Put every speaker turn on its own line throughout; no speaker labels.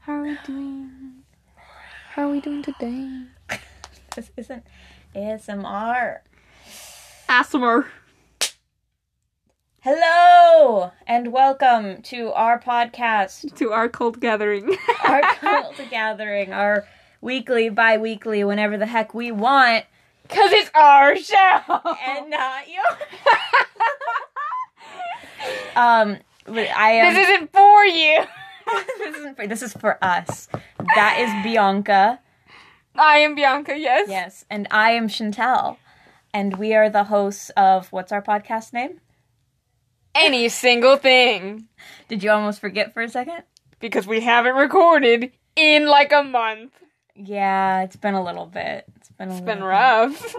How are we doing? How are we doing today?
This isn't ASMR.
ASMR.
Hello and welcome to our podcast,
To our cold gathering.
our cult gathering, our weekly, bi weekly, whenever the heck we want,
Because it's our show.
and not you. um, but I am.
this isn't for you.
this, isn't for, this is for us. That is Bianca.
I am Bianca, yes?
Yes. And I am Chantel. And we are the hosts of what's our podcast name?
Any single thing.
Did you almost forget for a second?
Because we haven't recorded in like a month.
Yeah, it's been a little bit. It's been a
It's
little
been rough.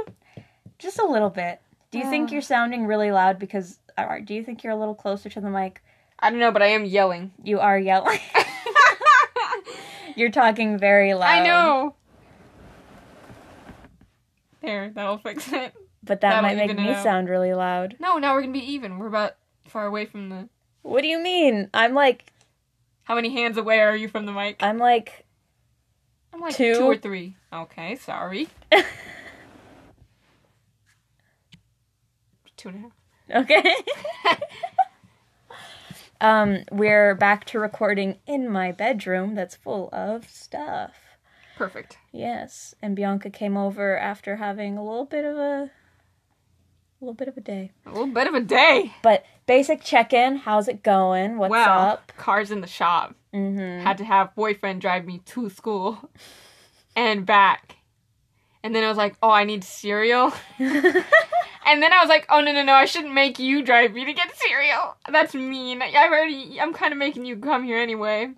Just a little bit. Do you think you're sounding really loud because or do you think you're a little closer to the mic?
I don't know, but I am yelling.
You are yelling. you're talking very loud.
I know. There, that'll fix it.
But that
That'll
might make
even
me
it out.
sound really loud.
No, now we're gonna be even. We're about far away from the.
What do you mean? I'm like
How many hands away are you from the mic?
I'm like
I'm like
Uh, two.
two, or three. Okay, sorry. two and a half.
Okay. um, we're back to recording in my bedroom that's full of stuff.
Perfect.
Yes, and Bianca came over after having a little bit of a, a little bit of a day.
A little bit of a day.
But basic check-in, how's it going? What's
wow.
up?
Cars in the shop.
Mhm.
Had to have boyfriend drive me to school and back. And then I was like, oh, I need cereal.
Mm-hmm.
And then I was like, oh no no no, I shouldn't make you drive me to get cereal. That's mean. I've already I'm kinda making you come here anyway.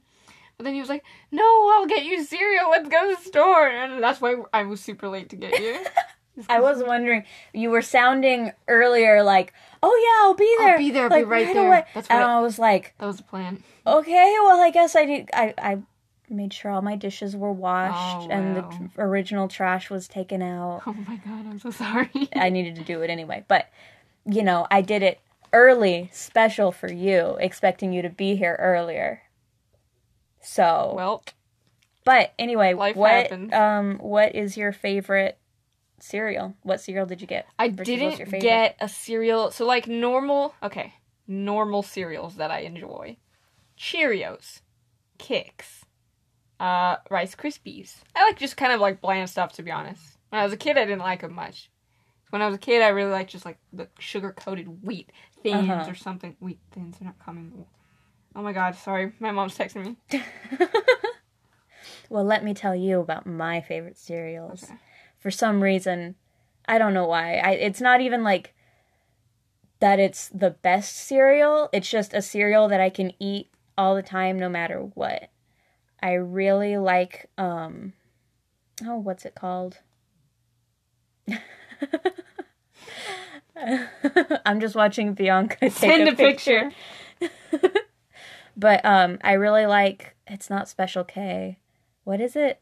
But then he was like, No, I'll get you cereal, let's go to the store and that's why I was super late to get you.
I was wondering. You were sounding earlier like, "Oh yeah, I'll be
I'll
there.
be there, I'll be
like,
right there."
Away.
That's what
and
I-
I was like,
That was the plan.
okay, well, I guess I did. I, I made sure all my dishes were washed
Oh,
and the
wow.
tr- original trash was taken out.
Oh my god, I'm so sorry.
I needed to do it anyway, but you know, I did it early, special for you, expecting you to be here earlier. So,
well,
but anyway,
life
what
happens.
um what is your favorite cereal? What cereal did you get?
I
Versus what's your
didn't
favorite?
get a cereal so like normal okay. Normal cereals that I enjoy. Cheerios, Kicks, uh, Rice Krispies. I like just kind of like bland stuff to be honest. When I was a kid, I didn't like them much. When I was a kid, I really liked just like the sugar coated wheat thins
Uh-huh.
or something. Wheat thins are not common. Oh my god, sorry, my mom's texting me.
Well, let me tell you about my favorite cereals.
Okay.
For some reason, I don't know why. I, it's not even like that it's the best cereal. It's just a cereal that I can eat all the time no matter what. I really like um oh, what's it called? I'm just watching Bianca take
Send
a picture. But um I really like it's not Special K. What is it?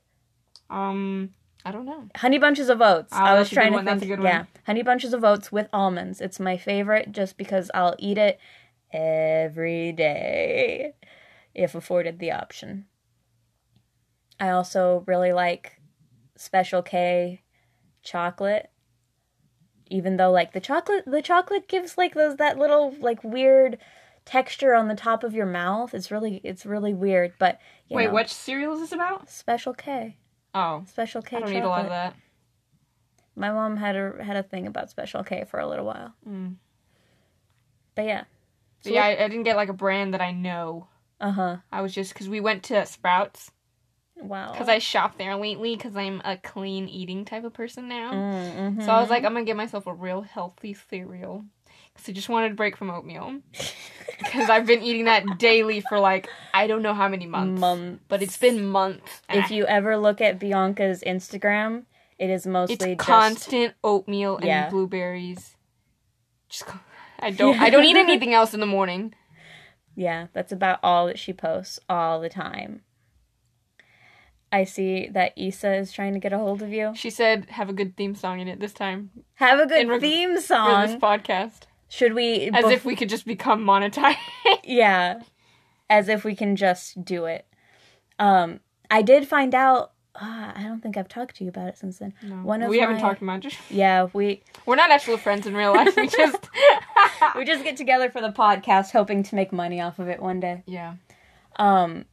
Um, I don't know.
Honey Bunches of Oats.
Oh,
I was
that's a good
trying to
one,
think.
that's a good
Yeah,
one.
Honey Bunches of Oats with almonds. It's my favorite just because I'll eat it every day if afforded the option. I also really like Special K chocolate. Even though like the chocolate the chocolate gives like those that little like weird texture on the top of your mouth. It's really it's really weird, but you
Wait,
know,
what cereal is this about?
Special K.
Oh,
Special K
I don't
chocolate.
eat a lot of that.
My mom had a had a thing about Special K for a little while,
Mm.
but yeah,
But yeah, I, I didn't get like a brand that I know.
uh huh.
I was just because we went to Sprouts
Wow.
because I shop there lately because I'm a clean eating type of person now.
Mm, mhm.
So I was like, I'm gonna get myself a real healthy cereal because I just wanted a break from oatmeal because I've been eating that daily for like I don't know how many months,
Months.
but it's been months. and
If
I-
you ever look at Bianca's Instagram, it is
it's
mostly just
constant oatmeal and
Yeah.
blueberries. Just con- I don't I don't eat anything else in the morning.
yeah. That's about all that she posts all the time. I see that Issa is trying to get a hold of you.
She said, "Have a good theme song in it this time
Have a good
In reg-
theme
for this
song.
podcast."
Should we?
As
bef-
if we could just become monetized.
yeah, as if we can just do it. Um, I did find out. ah, I don't think I've talked to you about it since then.
No.
One of
we haven't
my-
talked much.
Yeah, we
We're not actual friends in real life. We just. Ah.
we just get together for the podcast, hoping to make money off of it one day.
yeah.
Um,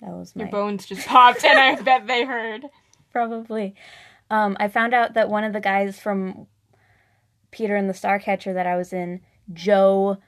that was my
Your bones just popped, and I bet they heard.
probably. Um, I found out that one of the guys from Peter and the Starcatcher that I was in, Joe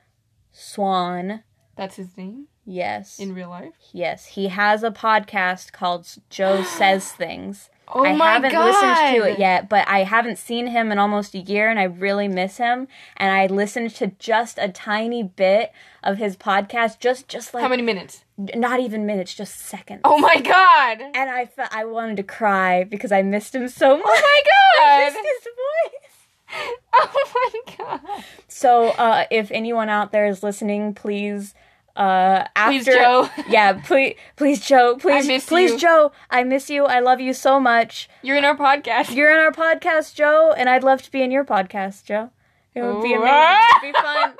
Swan.
That's his name
Yes,
in real life.
yes, he has a podcast called Joe Says Things.
Oh
I
my
haven't
god!
listened to it yet, but I haven't seen him in almost a year and I really miss him. And I listened to just a tiny bit of his podcast, just just like
How many minutes?
not even minutes, just seconds.
Oh my god!
And I felt I wanted to cry because I missed him so much.
my
Oh I
God!
missed his voice.
Oh my god!
So uh, if anyone out there is listening, please uh after
Please, Joe.
yeah please please joe please
miss
please
you.
joe i miss you i love you so much
You're in our podcast.
You're in our podcast, Joe, and I'd love to be in your podcast, Joe. It would be
Ooh.
amazing. It'd be fun.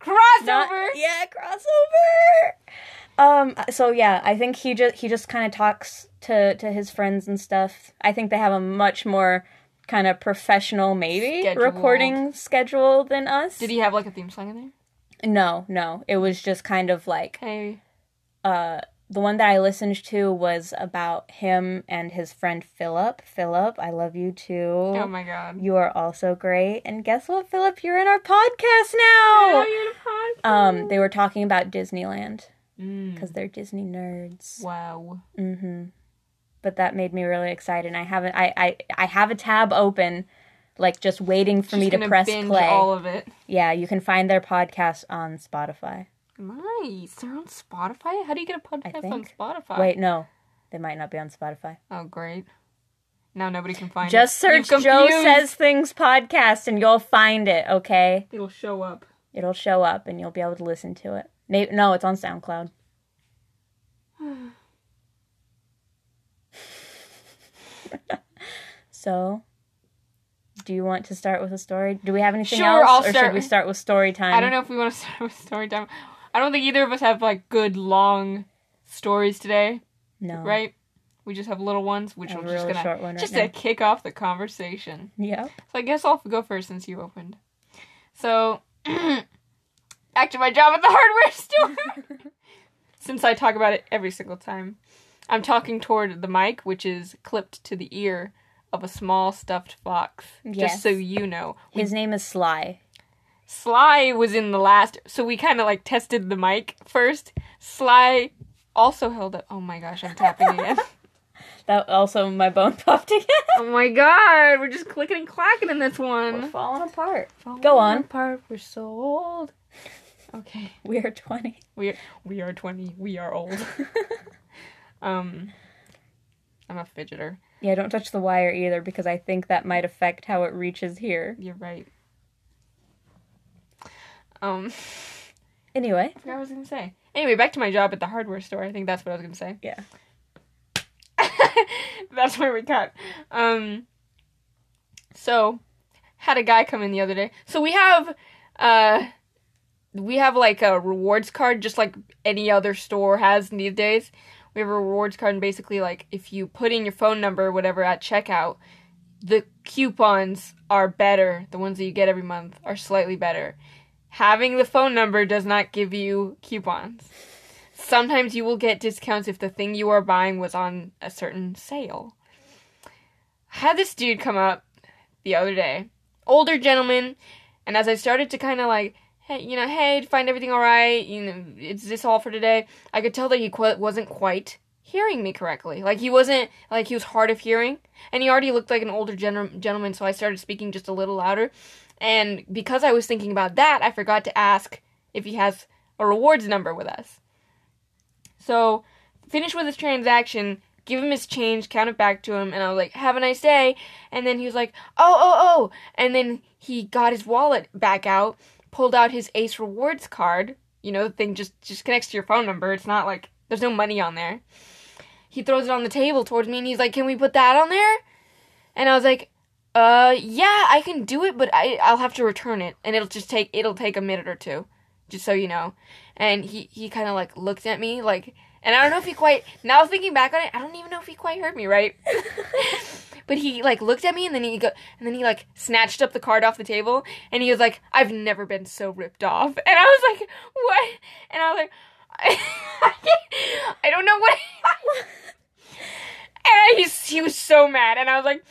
Crossover.
Not- yeah, crossover. Um. So yeah, I think he just he just kind of talks to to his friends and stuff. I think they have a much more kind of professional maybe
Scheduled.
recording schedule than us.
Did he have like a theme song in there?
No, no. It was just kind of like
Hey.
uh the one that I listened to was about him and his friend Philip. Philip, I love you too.
Oh my god.
You are also great. And guess what, Philip? You're in our podcast now. Um, they were talking about Disneyland because they're Disney nerds.
Mm. Wow.
hmm But that made me really excited. and I haven't. I, I I have a tab open, like just waiting for me
Just
to
gonna
press
binge
play.
All of it.
yeah, you can find their podcast on Spotify.
Nice. They're on Spotify. How do you get a podcast on
think.
Spotify?
Wait, no, they might not be on Spotify.
Oh great. Now nobody can find
Just
it. You've
search Joe
confused-
Says Things podcast and you'll find it. Okay,
It'll show up.
it'll show up and you'll be able to listen to it. Maybe no, it's on SoundCloud. So, do you want to start with a story? Do we have anything
Sure,
else,
I'll
or should
start-
we start with story time?
I don't know if we want to start with story time. I don't think either of us have like good long stories today,
No,
right? We just have little ones, which
Oh.
are
I have a
just
really
gonna
short one right
just
now.
to kick off the conversation.
Yep.
So I guess I'll go first since you opened. So back to my job at the hardware store. since I talk about it every single time, I'm talking toward the mic, which is clipped to the ear of a small stuffed fox.
Yes.
Just so you know,
His name is Sly.
Sly was in the last, so we kind of like tested the mic first. Sly also held up. Oh my gosh, I'm tapping again.
That also my bone popped again.
oh my god, we're just clicking and clacking in this
We're
one.
falling apart. Go on.
Apart, we're so old. Okay,
We are twenty.
we are, we are twenty. We are old. um, I'm a fidgeter.
Yeah, don't touch the wire either because I think that might affect how it reaches here.
You're right. Um,
Anyway,
I forgot what I was gonna say. Anyway, back to my job at the hardware store. I think that's what I was gonna say.
Yeah.
that's where we cut. Um. So, had a guy come in the other day. So we have, uh, we have like a rewards card, just like any other store has these days. We have a rewards card, and basically, like if you put in your phone number, or whatever, at checkout, the coupons are better. The ones that you get every month are slightly better. Having the phone number does not give you coupons. Sometimes you will get discounts if the thing you are buying was on a certain sale. I had this dude come up the other day, older gentleman, and as I started to kind of like, hey, you know, hey, did you find everything all right? You know, is this all for today? I could tell that he qu- wasn't quite hearing me correctly. Like he wasn't like he was hard of hearing, and he already looked like an older gen- gentleman. So I started speaking just a little louder, and because I was thinking about that, I forgot to ask if he has a rewards number with us. So, finish with his transaction, give him his change, count it back to him, and I was like, "Have a nice day." And then he was like, "Oh, oh, oh!" And then he got his wallet back out, pulled out his Ace Rewards card. You know, the thing just just connects to your phone number. It's not like there's no money on there. He throws it on the table towards me, and he's like, "Can we put that on there?" And I was like, "Uh, yeah, I can do it, but I I'll have to return it, and it'll just take it'll take a minute or two, just so you know." and he he kind of like looked at me like, and I don't know if he quite. Now thinking back on it, I don't even know if he quite heard me right. but he like looked at me and then he go and then he like snatched up the card off the table and he was like, "I've never been so ripped off," and I was like, "What?" And I was like, "I don't know what." and he he was so mad, and I was like.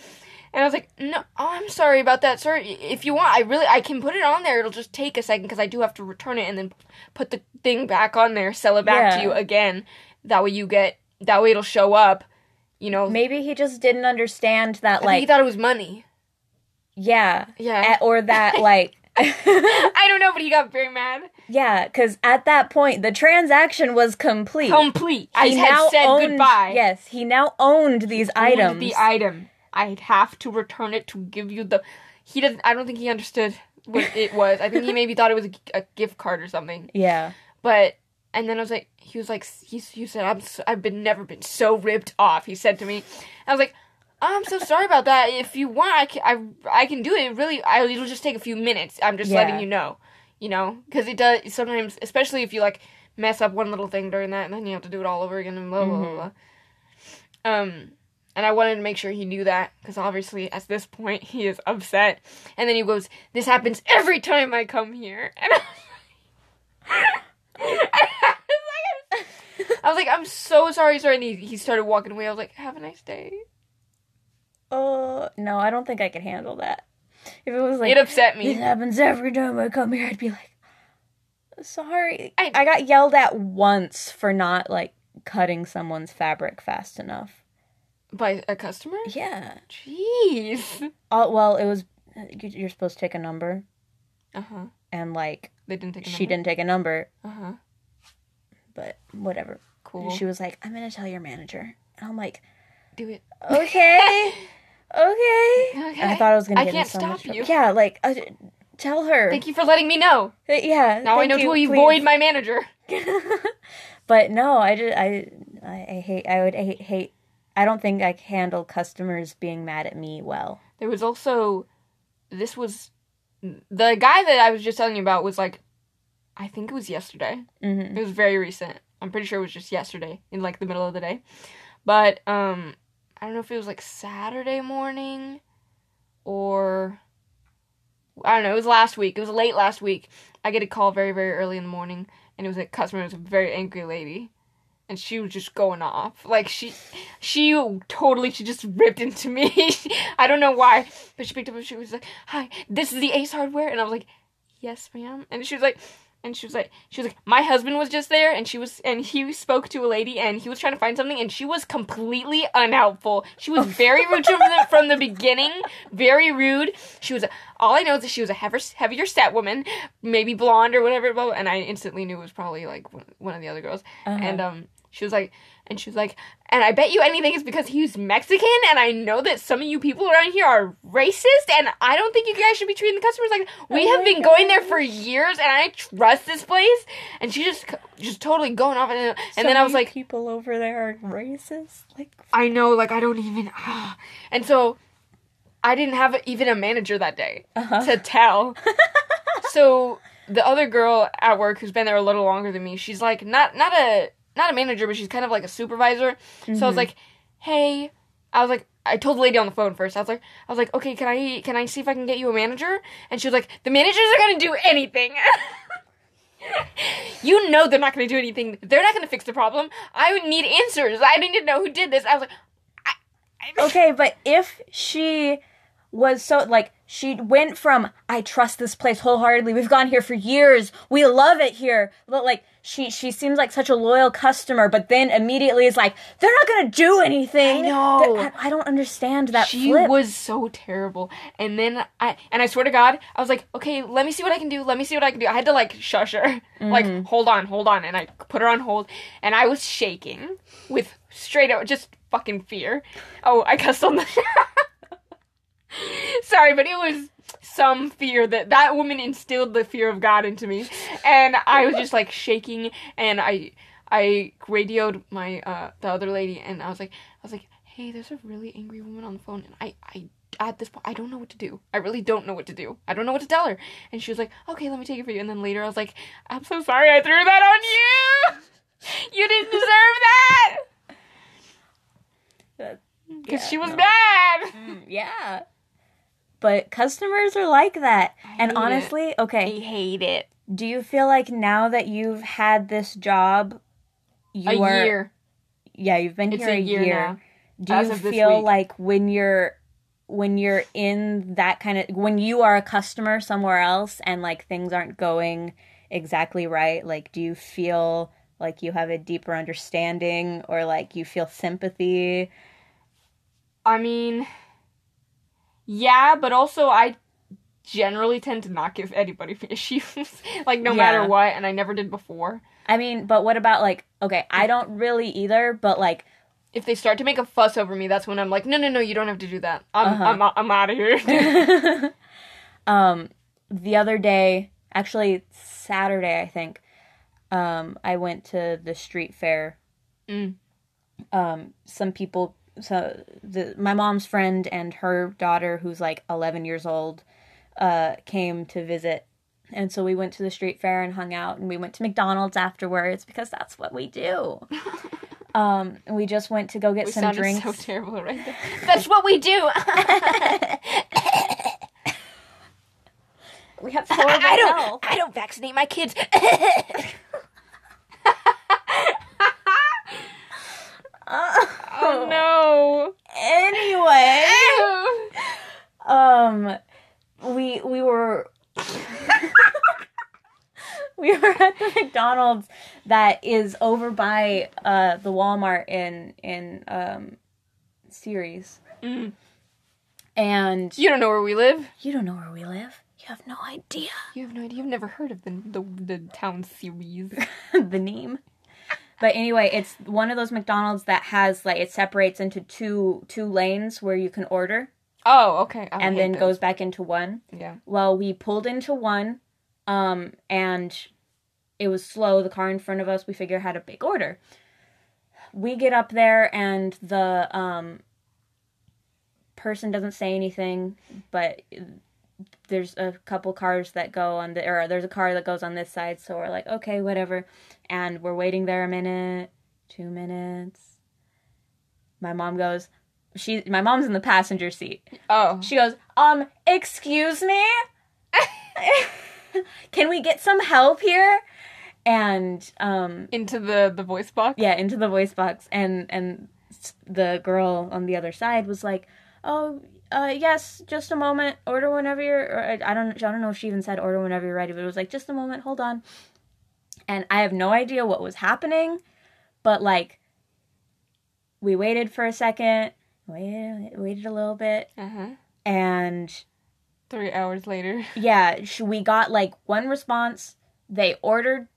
And I was like, "No, oh, I'm sorry about that, sir. If you want, I really I can put it on there. It'll just take a second because I do have to return it and then put the thing back on there, sell it back to
Yeah.
you again. That way you get that way it'll show up. You know,
Maybe he just didn't understand that,
I think he
like,
thought it was money.
yeah,
Yeah.
A- or that, like,
I don't know, but he got very mad.
yeah, because at that point the transaction was complete.
Complete. I
He
had said
owned-
goodbye.
Yes, he now owned these items.
Owned The item. I'd have to return it to give you the. He doesn't. I don't think he understood what it was. I think he maybe thought it was a, g- a gift card or something.
yeah,
But and then I was like, he was like, he, he said, I'm so, I've been never been so ripped off. He said to me, I was like, "Oh, I'm so sorry about that. If you want, I can, I, I can do it. It Really, I, it'll just take a few minutes. I'm just
Yeah.
letting you know, you know, because it does sometimes, especially if you like mess up one little thing during that, and then you have to do it all over again and blah blah blah. blah. Um, and I wanted to make sure he knew that because obviously at this point he is upset. And then he goes, "This happens every time I come here." And I was like, I was like, "I'm so sorry, sir." And he, he started walking away. I was like, "Have a nice day." Uh,
Oh no, I don't think I could handle that. If it was like
It upset
this
me.
happens every time I come here, I'd be like, sorry. I,
I-
got yelled at once for not like cutting someone's fabric fast enough.
By a customer?
Yeah.
Jeez.
Oh well, it was you- you're supposed to take a number,
Uh huh.
and like
They didn't take.
she didn't take a number,
Uh huh.
but whatever.
Cool.
She was like, I'm gonna tell your manager, and I'm like,
Do it.
okay, okay. And I
Okay.
thought I was gonna
I
get in
can't
so
stop
much trouble.
you.
Yeah, like uh, tell her.
Thank you for letting me know.
Uh, yeah.
Now I
thank
know
you,
to
please.
avoid my manager.
but no, I just I I, I hate I would hate, hate I don't think I can handle customers being mad at me well.
There was also this was the guy that I was just telling you about was like I think it was yesterday.
hmm
It was very recent. I'm pretty sure it was just yesterday in like the middle of the day. But um I don't know if it was like Saturday morning or I don't know, it was last week. It was late last week. I get a call very very early in the morning and it was a customer, it was a very angry lady. And she was just going off. Like she she totally she just ripped into me. I don't know why, but she picked up and she was like, "Hi, this is the Ace Hardware," and I was like, "Yes, ma'am." And she was like, and she was like, she was like, "My husband was just there, and she was, and he spoke to a lady, and he was trying to find something, and she was completely unhelpful. She was very rude from the, from the beginning, very rude. She was all I know is that she was a heavier, heavier set woman, maybe blonde or whatever, blah, blah, and I instantly knew it was probably like one- one of the other girls, and um." She was like, and she was like, and I bet you anything it's because he's Mexican, and I know that some of you people around here are racist, and I don't think you guys should be treating the customers like that. we
Oh
have
my
been going there for years, and I trust this place. And she just, just totally going off, and, and then I was like,
people over there are racist. Like
I know, like I don't even, ah. and so I didn't have even a manager that day
Uh-huh.
to tell. so the other girl at work who's been there a little longer than me, she's like not not a not a manager, but she's kind of like a supervisor. So I was like, "Hey," I was like, I told the lady on the phone first. I was like, I was like, "Okay, can I can I see if I can get you a manager?" And she was like, "The managers are gonna do anything." You know they're not going to do anything. They're not going to fix the problem. I would need answers. I need to know who did this. I was like,
okay, but if she was so like she went from I trust this place wholeheartedly. We've gone here for years. We love it here. But like she she seems like such a loyal customer, but then immediately is like they're not gonna do anything.
I know.
They're- I, I don't understand that.
she
flip.
was so terrible and then i and i swear to god i was like okay let me see what i can do let me see what i can do i had to like shush her like
Mm-hmm.
hold on hold on and i put her on hold and i was shaking with straight out just fucking fear oh i cussed on the sorry but it was some fear that that woman instilled the fear of god into me and i was just like shaking and i i radioed my uh the other lady and i was like i was like hey there's a really angry woman on the phone and i i at this point, I don't know what to do. I really don't know what to do. I don't know what to tell her. And she was like, okay, let me take it for you. And then later I was like, I'm so sorry I threw that on you. You didn't deserve that.
That-
Because
Yeah,
she was
no.
mad.
Mm, yeah. But customers are like that.
hate
and
it.
honestly, okay,
hate it.
do you feel like now that you've had this job, you
a
are
year.
yeah, you've been
It's
here
a year, now.
do
as
you
of this
feel
week.
like when you're when you're in that kind of when you are a customer somewhere else and like things aren't going exactly right like do you feel like you have a deeper understanding or like you feel sympathy
I mean, yeah, but also I generally tend to not give anybody issues, like no
Yeah.
matter what, and I never did before.
i mean but what about like okay i don't really either but like
If they start to make a fuss over me, that's when I'm like, no, no, no, you don't have to do that. I'm,
Uh-huh.
I'm, I'm out of here.
um, the other day, actually Saturday, I think, um, I went to the street fair.
Mm.
Um, some people, so the my mom's friend and her daughter, who's like 11 years old, uh, came to visit. And so we went to the street fair and hung out, and we went to McDonald's afterwards because that's what we do. um, and we just went to go get
we
some
sounded
drinks.
so terrible right there. That's what we do.
we have horrible
I don't.
health.
I don't vaccinate my kids. oh no.
Anyway.
Ew.
um we we were we were at the McDonald's that is over by uh the Walmart in in um series.
Mm.
And
You don't know where we live.
you don't know where we live. You have no idea
You have no idea. You've never heard of the the, the town series.
the name. But anyway, it's one of those McDonald's that has like it separates into two two lanes where you can order
Oh, okay. I
and
hate
then
those.
goes back into one.
Yeah.
Well, we pulled into one, um, and it was slow. The car in front of us, we figure, had a big order. We get up there, and the um, person doesn't say anything, but there's a couple cars that go on the, or there's a car that goes on this side, so we're like, okay, whatever. And we're waiting there a minute, two minutes. My mom goes, she, my mom's in the passenger seat.
Oh.
She goes, um, excuse me? Can we get some help here? And um
Into the the voice box.
yeah, into the voice box and and s- the girl on the other side was like, "Oh, uh yes, just a moment. Order whenever you're or, I I don't I don't know if she even said order whenever you're ready, but it was like, "Just a moment. Hold on." And I have no idea what was happening, but like we waited for a second, waited waited a little bit,
Uh huh.
and
Three hours later.
yeah, sh- we got like one response. They ordered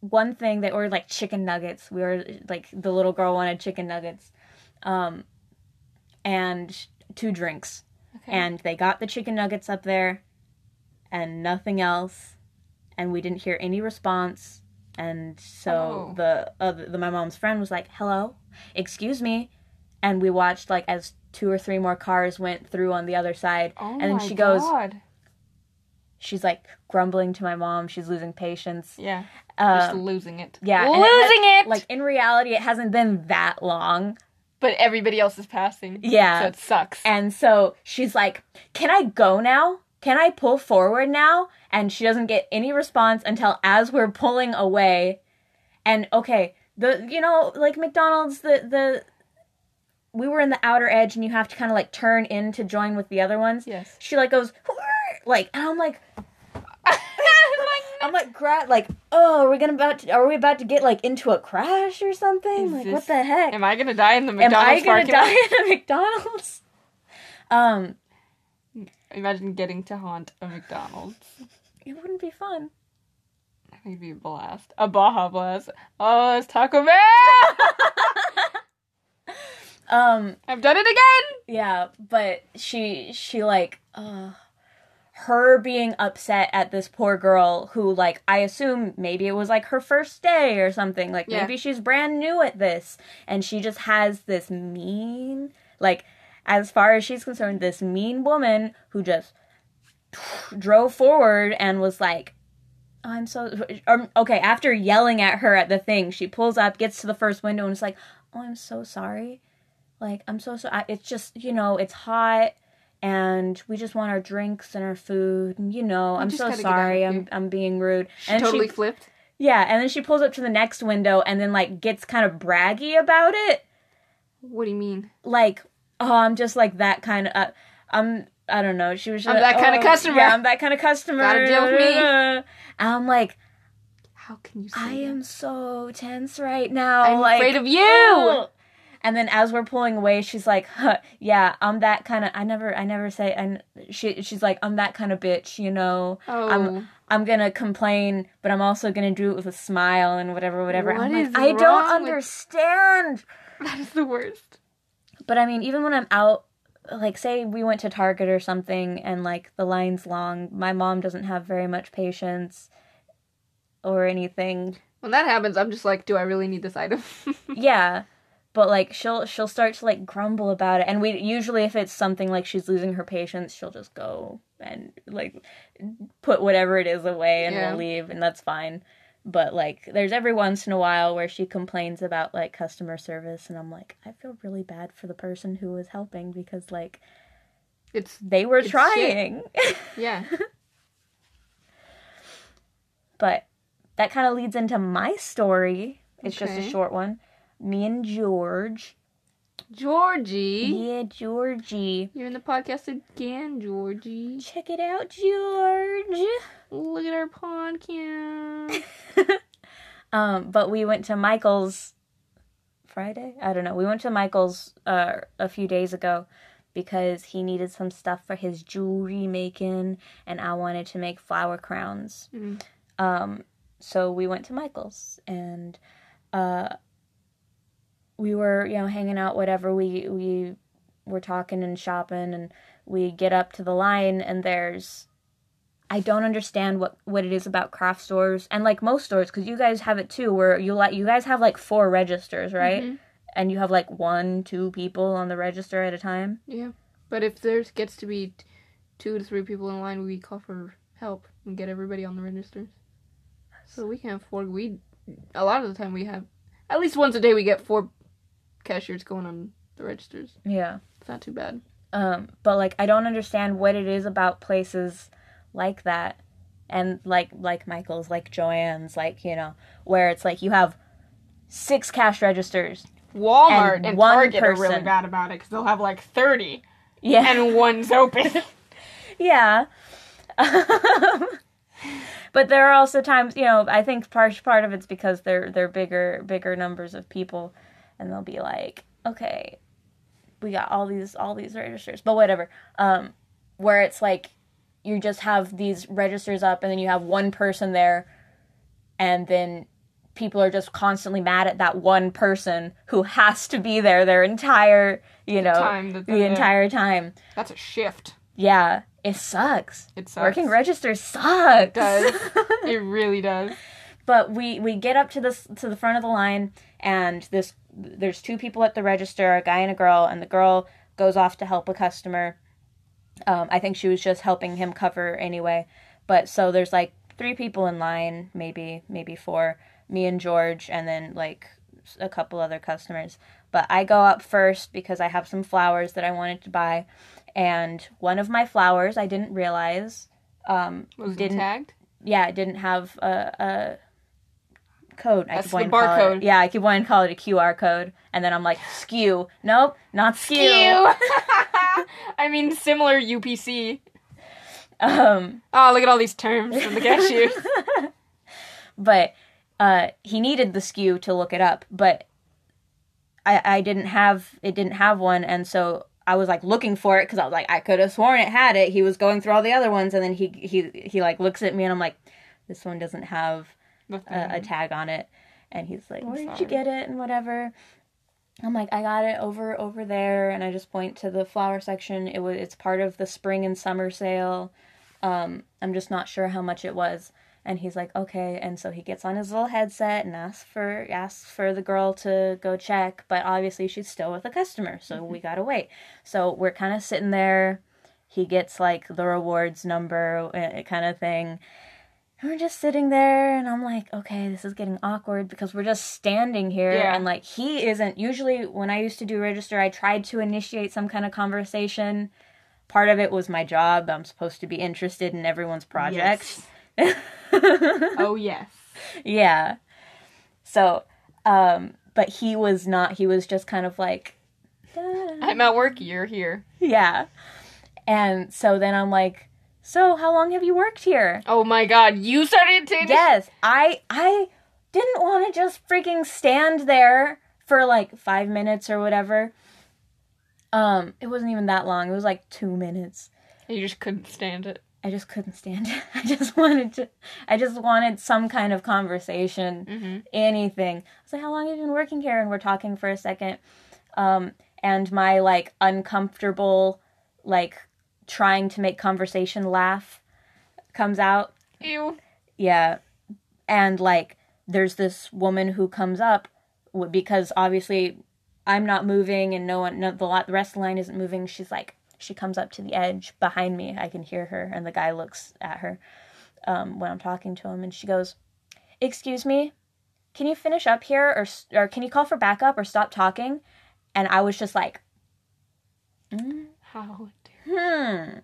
one thing. They ordered like chicken nuggets. We were like the little girl wanted chicken nuggets, um, and two drinks.
Okay.
And they got the chicken nuggets up there, and nothing else. And we didn't hear any response. And so
Oh.
the other, the my mom's friend was like, "Hello, excuse me," and we watched like as two or three more cars went through on the other side.
oh
and then
my
she goes,
God.
she's like grumbling to my mom. She's losing patience.
Yeah. Just
Um,
losing it.
yeah, and it
Losing
had-
it.
like in reality, it hasn't been that long.
But everybody else is passing.
Yeah.
So it sucks.
And so she's like, "Can I go now? Can I pull forward now?" And she doesn't get any response until as we're pulling away. And okay, the you know like McDonald's the the we were in the outer edge and you have to kind of like turn in to join with the other ones.
yes.
She like goes like and I'm like
like,
I'm like, gra- like, oh, are we gonna about to, are we about to get like into a crash or something?
Is
like,
this-
what the heck?
am I gonna die in the
Am
McDonald's
I gonna
parking lot?
die at a McDonald's? Um,
Imagine getting to haunt a McDonald's.
it wouldn't be fun.
I think it'd be a blast. A Baja blast. Oh, it's Taco Bell!
Um,
I've done it again!
yeah, but she she like, uh, her being upset at this poor girl who like I assume maybe it was like her first day or something. Like
Yeah.
maybe she's brand new at this, and she just has this mean like. as far as she's concerned, this mean woman who just drove forward and was like, I'm so. Um, okay, after yelling at her at the thing, she pulls up, gets to the first window, and is like, Oh, I'm so sorry. Like, I'm so sorry. It's just, you know, it's hot. And we just want our drinks and our food, and you know, I'm
just
so
gotta get out
sorry.
of
I'm I'm being rude.
She
and
totally
she,
flipped.
yeah, and then she pulls up to the next window and then like gets kind of braggy about it.
What do you mean?
Like, oh, I'm just like that kind of. Uh, I'm. I don't know. She was. Just
I'm that
like,
kinda
"Oh,
customer."
Yeah, I'm that kind of customer.
Gotta deal with me.
And I'm like,
How can you say
I
that?
am so tense right now.
I'm
like, oh.
afraid of you.
"Ew." And then as we're pulling away, she's like, huh, "Yeah, I'm that kind of. I never. I never say." And she. She's like, "I'm that kind of bitch," you know.
Oh,
I'm- I'm gonna complain, but I'm also gonna do it with a smile and whatever, whatever.
What
I'm
is
like, I
wrong
don't
with-
understand.
that is the worst.
But I mean, even when I'm out, like, say we went to Target or something, and like the line's long, my mom doesn't have very much patience or anything.
When that happens, I'm just like, do I really need this item?
yeah, but like she'll she'll start to like grumble about it, and we usually if it's something like she's losing her patience, she'll just go and like put whatever it is away, and
Yeah.
we'll leave, and that's fine. But like, there's every once in a while where she complains about like customer service, and I'm like, I feel really bad for the person who was helping because like
it's
they were
It's shit.
trying.
yeah.
But that kind of leads into my story. It's just
Okay.
a short one. Me and George.
Georgie,
Yeah, Georgie.
you're in the podcast again, Georgie.
Check it out, George.
Look at our podcast.
Um, but we went to Michael's Friday. I don't know. We went to Michael's uh, a few days ago because he needed some stuff for his jewelry making, and I wanted to make flower crowns.
Mm.
Um, so we went to Michael's, and uh, we were you know hanging out, whatever. We we were talking and shopping, and we get up to the line, and there's I don't understand what what it is about craft stores and like most stores because you guys have it too, where you like you guys have like four registers, right?
Mhm.
And you have like one, two people on the register at a time.
Yeah, but if there gets to be t- two to three people in line, we call for help and get everybody on the registers. So we can have four. We a lot of the time we have at least once a day we get four cashiers going on the registers.
Yeah.
It's not too bad.
Um, but like I don't understand what it is about places like that, and like like Michael's, like Joanne's, like you know, where it's like you have six cash registers.
Walmart and,
And one
Target are really
person.
bad about it because they'll have like thirty
Yeah.
and one's open.
Yeah. but there are also times, you know, I think part part of it's because they're they're bigger bigger numbers of people and they'll be like, okay, we got all these all these registers, but whatever. Um where it's like you just have these registers up and then you have one person there and then people are just constantly mad at that one person who has to be there their entire, you know,
time that they're
the
there.
entire time.
That's a shift.
Yeah, it sucks.
It sucks.
Working registers sucks.
does. it really does.
but we we get up to this to the front of the line, and this there's two people at the register, a guy and a girl, and the girl goes off to help a customer. Um, I think she was just helping him cover anyway. But so there's like three people in line, maybe maybe four. Me and George, and then like a couple other customers. But I go up first because I have some flowers that I wanted to buy, and one of my flowers I didn't realize um,
Was it
didn't
tagged?
yeah, it didn't have a, a code. I
That's
keep
the
wanting to call
barcode.
It, yeah, I keep wanting to call it a QR code, and then I'm like, skew. Nope, not skew.
I mean, similar UPC.
Um,
Oh, look at all these terms from the cashiers.
but uh, he needed the skew to look it up, but I, I didn't have it. Didn't have one, and so I was like looking for it because I was like, I could have sworn it had it. He was going through all the other ones, and then he he he like looks at me, and I'm like, this one doesn't have
The
a, a
thing.
tag on it and he's like where did
sorry.
you get it and whatever i'm like i got it over over there and i just point to the flower section it was it's part of the spring and summer sale um i'm just not sure how much it was and he's like okay and so he gets on his little headset and asks for asks for the girl to go check but obviously she's still with a customer so we gotta wait so we're kind of sitting there he gets like the rewards number uh, kind of thing and we're just sitting there and i'm like okay this is getting awkward because we're just standing here
Yeah.
and like he isn't usually when i used to do register i tried to initiate some kind of conversation part of it was my job i'm supposed to be interested in everyone's projects
Yes. oh yes.
yeah. So, um, but he was not. He was just kind of like, "Ah."
I'm at work. You're here.
yeah. And so then I'm like, so how long have you worked here?
Oh my god, you started to
Yes, I I didn't want to just freaking stand there for like five minutes or whatever. Um, it wasn't even that long. It was like two minutes.
You just couldn't stand it.
I just couldn't stand it. I just wanted to. I just wanted some kind of conversation, anything. I was like, "How long have you been working here?" And we're talking for a second, um, and my like uncomfortable, like trying to make conversation laugh comes out.
Ew.
Yeah, and like there's this woman who comes up w- because obviously I'm not moving and no one, no, the lot, the rest of the line isn't moving. She's like, she comes up to the edge behind me. I can hear her, and the guy looks at her um, when I'm talking to him, and she goes, "Excuse me, can you finish up here, or s- or can you call for backup, or stop talking?" And I was just like,
How dare
"Hmm,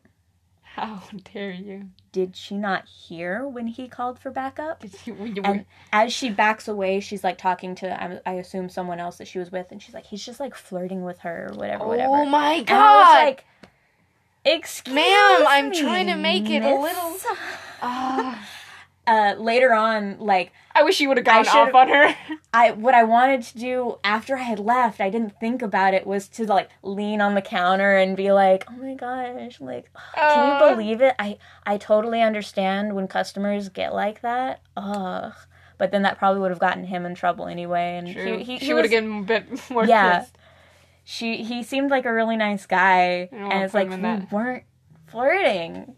how dare you?
did she not hear when he called for backup?"
Did you, you were-
And as she backs away, she's like talking to I, I assume someone else that she was with, and she's like, he's just like flirting with her or whatever, whatever.
oh my
and I was
god.
like, excuse
Ma'am, I'm
me,
trying to make it a
miss."
little- Ah,
Uh, later on, like
I wish you would have gone off
should've-
on her.
I what I wanted to do after I had left, I didn't think about it, was to like lean on the counter and be like, "Oh my gosh, like can
Uh.
you believe it? I I totally understand when customers get like that. Ugh." But then that probably would have gotten him in trouble anyway, and
True.
he, he,
she
he
would
was-
have gotten a bit more
Yeah.
pissed.
she he seemed like a really nice guy
don't
and
wanna
it's
put
like
him
we
in that.
weren't flirting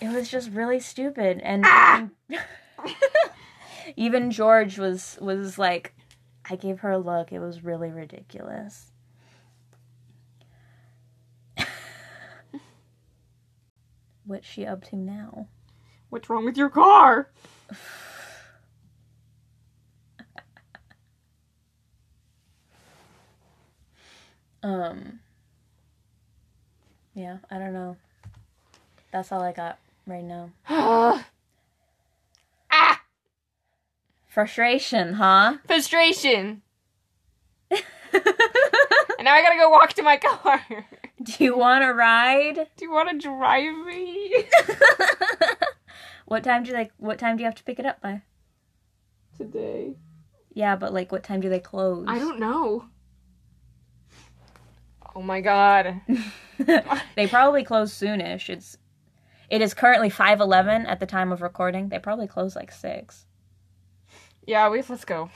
it was just really stupid and
Ah!
even george was was like i gave her a look it was really ridiculous what's she up to now
What's wrong with your car?
um yeah i don't know that's all i got right now
ah.
frustration huh
Frustration. And now I gotta go walk to my car.
Do you want a ride?
Do you wanna drive me?
What time do they what time do you have to pick it up by?
Today.
Yeah, but like what time do they close?
I don't know. Oh my god.
they probably close soonish. It's it is currently 5:11 at the time of recording. They probably close like 6.
Yeah, we let's go.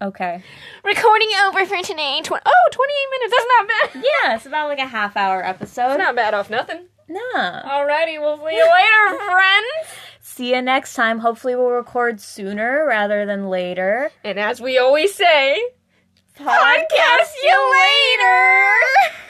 Okay.
Recording over for today. Tw- oh, 28 minutes. That's not bad.
Yeah, it's about like a half hour episode.
That's not bad off nothing.
Nah.
Alrighty, we'll see you later, friends.
See you next time. Hopefully we'll record sooner rather than later.
And as we always say, podcast you later.